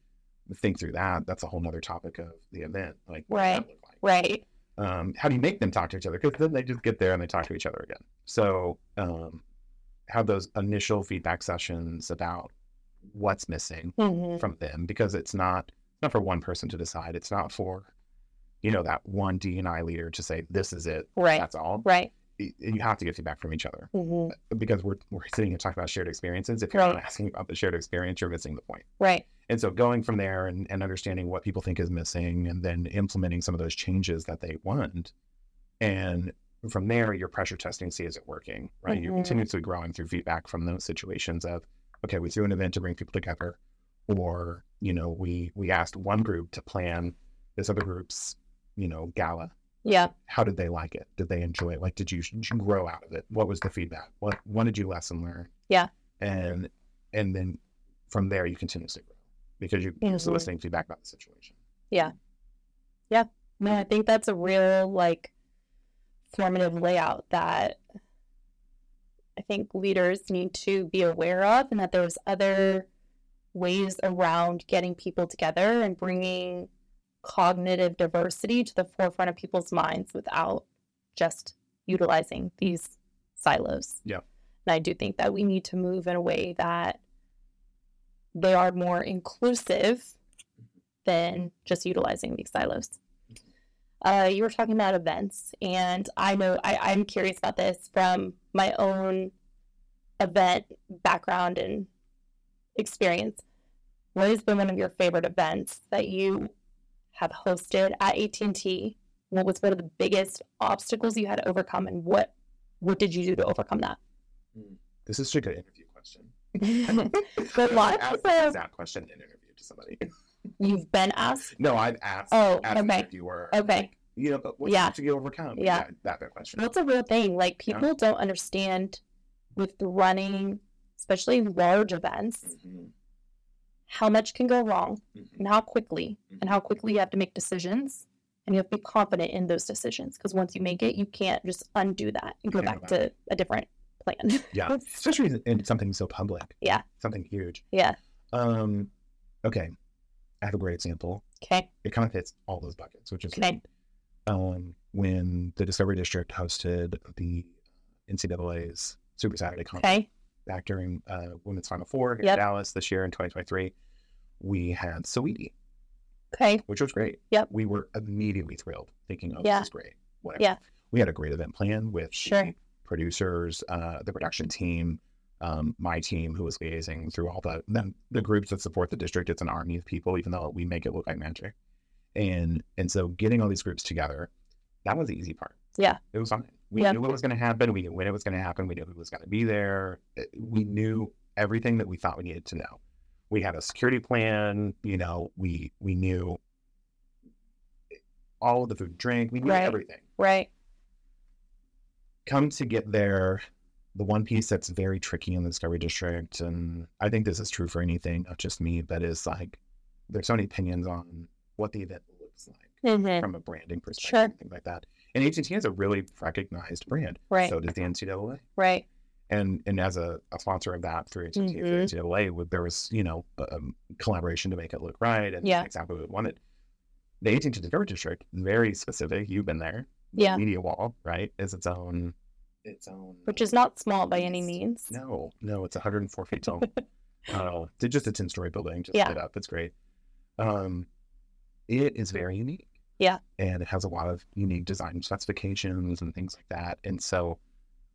Speaker 3: think through that that's a whole nother topic of the event like what does that look like?
Speaker 1: Right.
Speaker 3: um how do you make them talk to each other because then they just get there and they talk to each other again so um have those initial feedback sessions about what's missing
Speaker 1: Mm-hmm.
Speaker 3: from them because it's not it's not for one person to decide it's not for you know that one d and i leader to say this is it
Speaker 1: Right.
Speaker 3: that's all
Speaker 1: Right.
Speaker 3: y- you have to get feedback from each other
Speaker 1: Mm-hmm.
Speaker 3: because we're, we're sitting here talking about shared experiences. If you're not
Speaker 1: Right.
Speaker 3: asking about the shared experience, you're missing the point.
Speaker 1: Right.
Speaker 3: And so going from there and, and understanding what people think is missing and then implementing some of those changes that they want. And from there, you're pressure testing, see is it working, right? You're
Speaker 1: Mhm.
Speaker 3: continuously growing through feedback from those situations of, okay, we threw an event to bring people together, or, you know, we we asked one group to plan this other group's, you know, gala
Speaker 1: Yeah.
Speaker 3: how did they like it? Did they enjoy it? Like, did you, did you grow out of it? What was the feedback? What what did you lesson learn?
Speaker 1: Yeah.
Speaker 3: and and then from there you continuously grow because you- you're
Speaker 1: Mhm.
Speaker 3: soliciting feedback about the situation.
Speaker 1: No, I think that's a real like formative layout that I think leaders need to be aware of, and that there's other ways around getting people together and bringing cognitive diversity to the forefront of people's minds without just utilizing these silos.
Speaker 3: Yeah.
Speaker 1: And I do think that we need to move in a way that they are more inclusive than just utilizing these silos uh, you were talking about events, and I know I, I'm curious about this from my own event background and experience. What has been one of your favorite events that you have hosted at AT&T? What was one of the biggest obstacles you had to overcome, and what what did you do to overcome that?
Speaker 3: This is such a good interview question.
Speaker 1: Good luck.
Speaker 3: I've asked this exact question in an interview to somebody.
Speaker 1: You've been asked.
Speaker 3: No, I've asked.
Speaker 1: Oh,
Speaker 3: asked the
Speaker 1: okay.
Speaker 3: interviewer,
Speaker 1: Okay.
Speaker 3: like, you know, but what
Speaker 1: Yeah.
Speaker 3: to you overcome?
Speaker 1: Yeah.
Speaker 3: that big question.
Speaker 1: That's a real thing. Like people don't understand with running, especially large events,
Speaker 3: Mhm,
Speaker 1: how much can go wrong
Speaker 3: mhm.
Speaker 1: and how quickly,
Speaker 3: Mm-hmm.
Speaker 1: and how quickly you have to make decisions. And you have to be confident in those decisions because once you make it, you can't just undo that and go
Speaker 3: Can't go
Speaker 1: back to a different plan.
Speaker 3: Yeah, especially in- in something so public.
Speaker 1: Yeah.
Speaker 3: something huge.
Speaker 1: yeah.
Speaker 3: Um, okay, I have a great example.
Speaker 1: Okay.
Speaker 3: It kind of fits all those buckets, which is
Speaker 1: Okay.
Speaker 3: um, when the Discovery District hosted the NCAA's Super Saturday Conference.
Speaker 1: Okay.
Speaker 3: back during uh, Women's Final Four here
Speaker 1: Yep.
Speaker 3: in Dallas this year in 2023, we had Saweetie,
Speaker 1: Okay.
Speaker 3: which was great.
Speaker 1: Yep.
Speaker 3: We were immediately thrilled, thinking, oh,
Speaker 1: Yeah.
Speaker 3: this is great. Whatever.
Speaker 1: Yeah.
Speaker 3: We had a great event plan with the
Speaker 1: Sure.
Speaker 3: producers, uh, the production team, um, my team who was liaising through all the, the the groups that support the district. It's an army of people, even though we make it look like magic. And and so getting all these groups together, that was the easy part.
Speaker 1: Yeah.
Speaker 3: It was fine. We
Speaker 1: Yeah.
Speaker 3: knew what was going to happen. We knew when it was going to happen. We knew who was going to be there. It- We knew everything that we thought we needed to know. We had a security plan. You know, we we knew all of the food, and drink. We knew
Speaker 1: Right.
Speaker 3: everything.
Speaker 1: Right.
Speaker 3: Come to get there, the one piece that's very tricky in the Discovery District, and I think this is true for anything, not just me, but is like there's so many opinions on what the event looks like
Speaker 1: Mm-hmm.
Speaker 3: from a branding perspective,
Speaker 1: Sure.
Speaker 3: and things like that. And AT&T is a really recognized brand.
Speaker 1: Right.
Speaker 3: So does the NCAA.
Speaker 1: Right.
Speaker 3: And and as a, a sponsor of that through AT&T, through
Speaker 1: Mhm.
Speaker 3: NCAA, with- there was you know um, collaboration to make it look right and
Speaker 1: Yeah.
Speaker 3: exactly what we wanted. The AT&T Discovery District, very specific. You've been there. The
Speaker 1: Yeah.
Speaker 3: Media wall, right, is its own. Its own.
Speaker 1: Which is not small by any means.
Speaker 3: No, no, it's 104 feet tall. uh, it's just a 10 story building, just
Speaker 1: Yeah.
Speaker 3: lit up. It's great. Um, it is very unique.
Speaker 1: Yeah.
Speaker 3: And it has a lot of unique design specifications and things like that. And so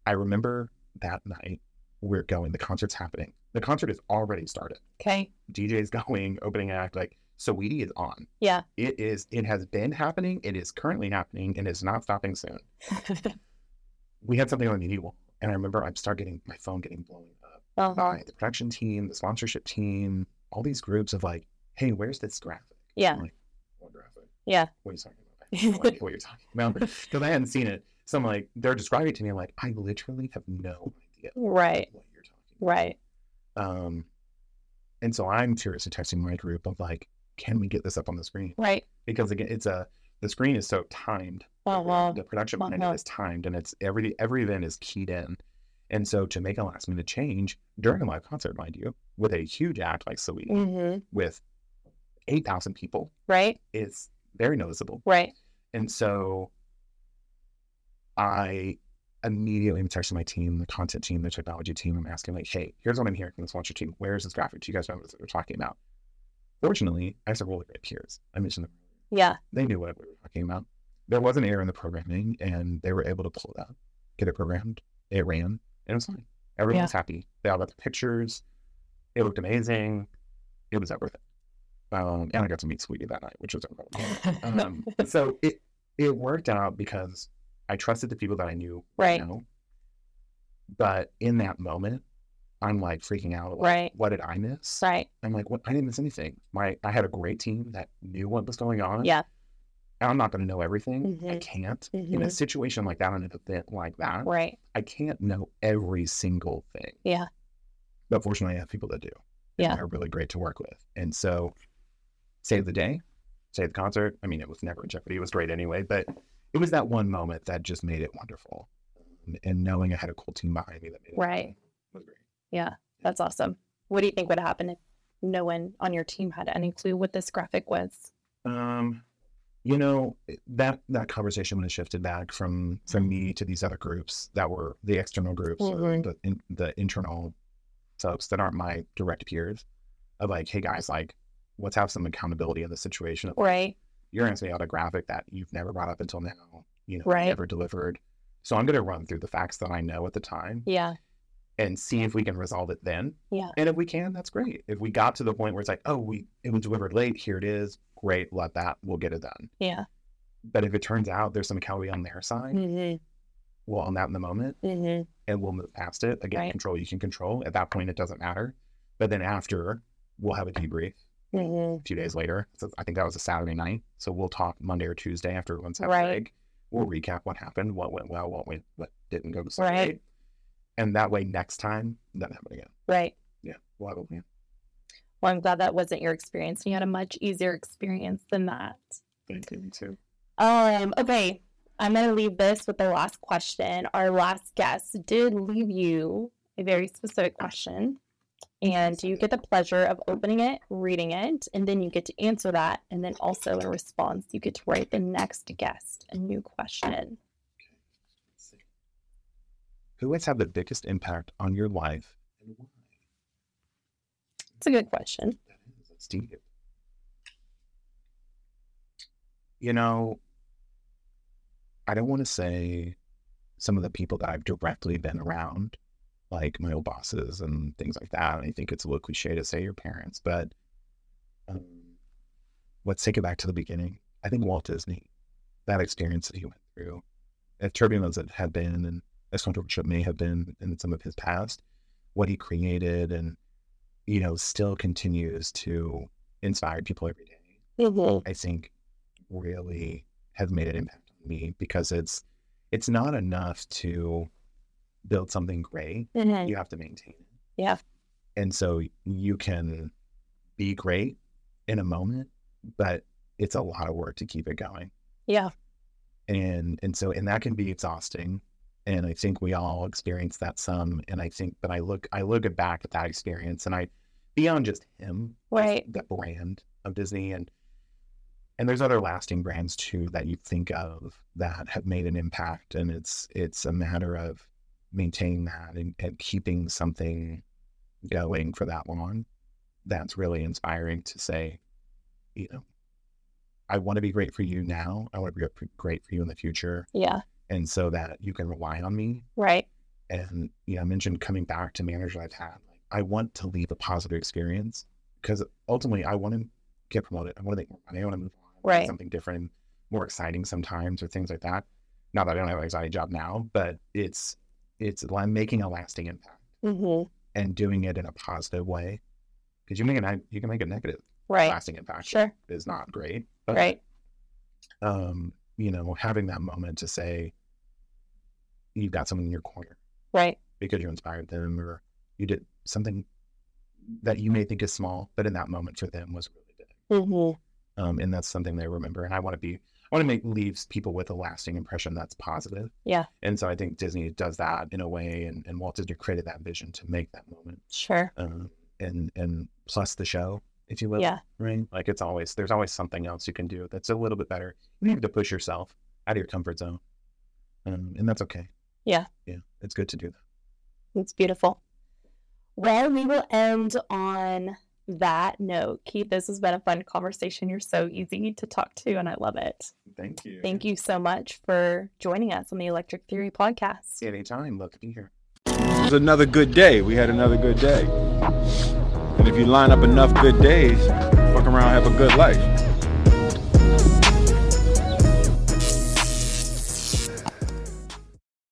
Speaker 3: I remember that night we're going, the concert's happening. The concert has already started.
Speaker 1: Okay.
Speaker 3: DJ's going, opening act, like Saweetie is on.
Speaker 1: Yeah.
Speaker 3: It is, it has been happening. It is currently happening and is not stopping soon we had something on the media wall, and I remember I start getting my phone getting blown up
Speaker 1: uh-huh.
Speaker 3: by the production team, the sponsorship team, all these groups of like, "Hey, where's this graphic?"
Speaker 1: Yeah.
Speaker 3: I'm like, what graphic?
Speaker 1: Yeah.
Speaker 3: What are you talking about? I have no idea what you're talking about because I hadn't seen it. So I'm like, they're describing it to me. I'm like, I literally have no idea
Speaker 1: Right.
Speaker 3: what you're talking about.
Speaker 1: Right.
Speaker 3: Um, and so I'm seriously texting my group of like, "Can we get this up on the screen?"
Speaker 1: Right.
Speaker 3: Because again, it's a the screen is so timed
Speaker 1: Uh huh.
Speaker 3: the production plan
Speaker 1: Uh-huh.
Speaker 3: is timed and it's every every event is keyed in. And so to make a last minute change during a live concert, mind you, with a huge act like Saweetie
Speaker 1: Mm-hmm.
Speaker 3: with eight thousand people,
Speaker 1: Right.
Speaker 3: it's very noticeable.
Speaker 1: Right.
Speaker 3: And so I immediately am texting my team, the content team, the technology team. I'm asking like, hey, here's what I'm hearing from the sponsor team. Where is this graphic? Do you guys know what we're talking about? Fortunately, I have some really great peers. I mentioned them
Speaker 1: Yeah.
Speaker 3: they knew what we were talking about. There was an error in the programming, and they were able to pull it up, get it programmed. It ran, and it was fine. Everyone was happy. They all got the pictures. It looked amazing. It was everything. Um, and I got to meet Sweetie that night, which was incredible. Um, so it it worked out because I trusted the people that I knew.
Speaker 1: Right.
Speaker 3: know. But in that moment, I'm like freaking out. Like,
Speaker 1: Right.
Speaker 3: What did I miss?
Speaker 1: Right.
Speaker 3: I'm like, what? I didn't miss anything. My I had a great team that knew what was going on.
Speaker 1: Yeah.
Speaker 3: And I'm not going to know everything. I
Speaker 1: Mhm.
Speaker 3: can't. In a
Speaker 1: Mhm.
Speaker 3: situation like that, on an event like that,
Speaker 1: Right.
Speaker 3: I can't know every single thing.
Speaker 1: Yeah.
Speaker 3: But fortunately, I have people that do.
Speaker 1: Yeah.
Speaker 3: And they're really great to work with. And so, save the day, save the concert. I mean, it was never in jeopardy. It was great anyway. But it was that one moment that just made it wonderful. And knowing I had a cool team behind me that made it
Speaker 1: Right.
Speaker 3: was great.
Speaker 1: That's awesome. What do you think would happen if no one on your team had any clue what this graphic was?
Speaker 3: Um, you know that that conversation would have shifted back from from me to these other groups that were the external groups, or
Speaker 1: Mhm.
Speaker 3: the in, the internal subs that aren't my direct peers. Of like, hey guys, like, let's have some accountability in the situation.
Speaker 1: Right.
Speaker 3: You're answering out a graphic that you've never brought up until now. You know,
Speaker 1: Right.
Speaker 3: never delivered. So I'm going to run through the facts that I know at the time
Speaker 1: Yeah.
Speaker 3: and see if we can resolve it then.
Speaker 1: Yeah.
Speaker 3: And if we can, that's great. If we got to the point where it's like, oh, we it was delivered late, here it is, great, love that, we'll get it done.
Speaker 1: Yeah.
Speaker 3: But if it turns out there's some calorie on their side,
Speaker 1: Mm-hmm.
Speaker 3: we'll own that in the moment
Speaker 1: Mm-hmm.
Speaker 3: and we'll move past it. Again,
Speaker 1: Right.
Speaker 3: control you can control. At that point, it doesn't matter. But then after, we'll have a debrief
Speaker 1: Mhm.
Speaker 3: a few days later. So I think that was a Saturday night. So we'll talk Monday or Tuesday after everyone's had
Speaker 1: Right.
Speaker 3: a break. We'll recap what happened, what went well, what went, what didn't go so
Speaker 1: Right.
Speaker 3: great. And that way, next time, that happen again.
Speaker 1: Right.
Speaker 3: Yeah, we'll have a plan.
Speaker 1: Well, I'm glad that wasn't your experience. You had a much easier experience than that.
Speaker 3: Thank you. Me too.
Speaker 1: Um, okay. I'm going to leave this with the last question. Our last guest did leave you a very specific question, and you get the pleasure of opening it, reading it, and then you get to answer that. And then also in response, you get to write the next guest a new question.
Speaker 3: Who has had the biggest impact on your life and why?
Speaker 1: It's a good question.
Speaker 3: That is, that's deep. You know, I don't want to say some of the people that I've directly been around, like my old bosses and things like that. I think it's a little cliche to say your parents, but um, let's take it back to the beginning. I think Walt Disney, that experience that he went through, the turbulence that had been and as controversial it may have been in some of his past, what he created and you know, still continues to inspire people every day.
Speaker 1: Mm-hmm.
Speaker 3: I think really has made an impact on me because it's it's not enough to build something great.
Speaker 1: Mhm.
Speaker 3: You have to maintain it.
Speaker 1: Yeah.
Speaker 3: And so you can be great in a moment, but it's a lot of work to keep it going.
Speaker 1: Yeah.
Speaker 3: And and so and that can be exhausting. And I think we all experience that some. And I think but I look I look at back at that experience and I beyond just him, just
Speaker 1: Right.
Speaker 3: the brand of Disney and and there's other lasting brands too that you think of that have made an impact. And it's it's a matter of maintaining that and, and keeping something going for that long. That's really inspiring to say, you know, I want to be great for you now. I want to be gr- great for you in the future.
Speaker 1: Yeah.
Speaker 3: And so that you can rely on me.
Speaker 1: Right.
Speaker 3: And, you know, I mentioned coming back to managers I've had. Like, I want to leave a positive experience because ultimately I want to get promoted. I want to make more money. I want to move on. I wanna do
Speaker 1: Right.
Speaker 3: Something different, more exciting sometimes or things like that. Not that I don't have an exciting job now, but it's, it's like making a lasting impact
Speaker 1: Mm-hmm.
Speaker 3: and doing it in a positive way. Because you make a you can make a negative
Speaker 1: Right.
Speaker 3: lasting impact.
Speaker 1: Sure.
Speaker 3: Is not great. But
Speaker 1: Right.
Speaker 3: um, you know, having that moment to say you've got someone in your corner
Speaker 1: Right.
Speaker 3: because you inspired them or you did something that you may think is small, but in that moment for them was really big.
Speaker 1: Mm-hmm.
Speaker 3: Um, and that's something they remember. And I want to be I want to make leaves people with a lasting impression that's positive.
Speaker 1: Yeah.
Speaker 3: And so I think Disney does that in a way and, and Walt Disney created that vision to make that moment.
Speaker 1: Sure.
Speaker 3: Um, and and plus the show, if you will
Speaker 1: Yeah.
Speaker 3: right? Like it's always there's always something else you can do that's a little bit better. You need to push yourself out of your comfort zone, um, and that's okay.
Speaker 1: Yeah.
Speaker 3: yeah, it's good to do that.
Speaker 1: It's beautiful. Well, we will end on that note. Keith, this has been a fun conversation. You're so easy to talk to, and I love it.
Speaker 3: Thank you.
Speaker 1: Thank you so much for joining us on the Electric Theory Podcast.
Speaker 3: Anytime, love to be here.
Speaker 4: It was another good day. We had another good day. And if you line up enough good days, fuck around, have a good life.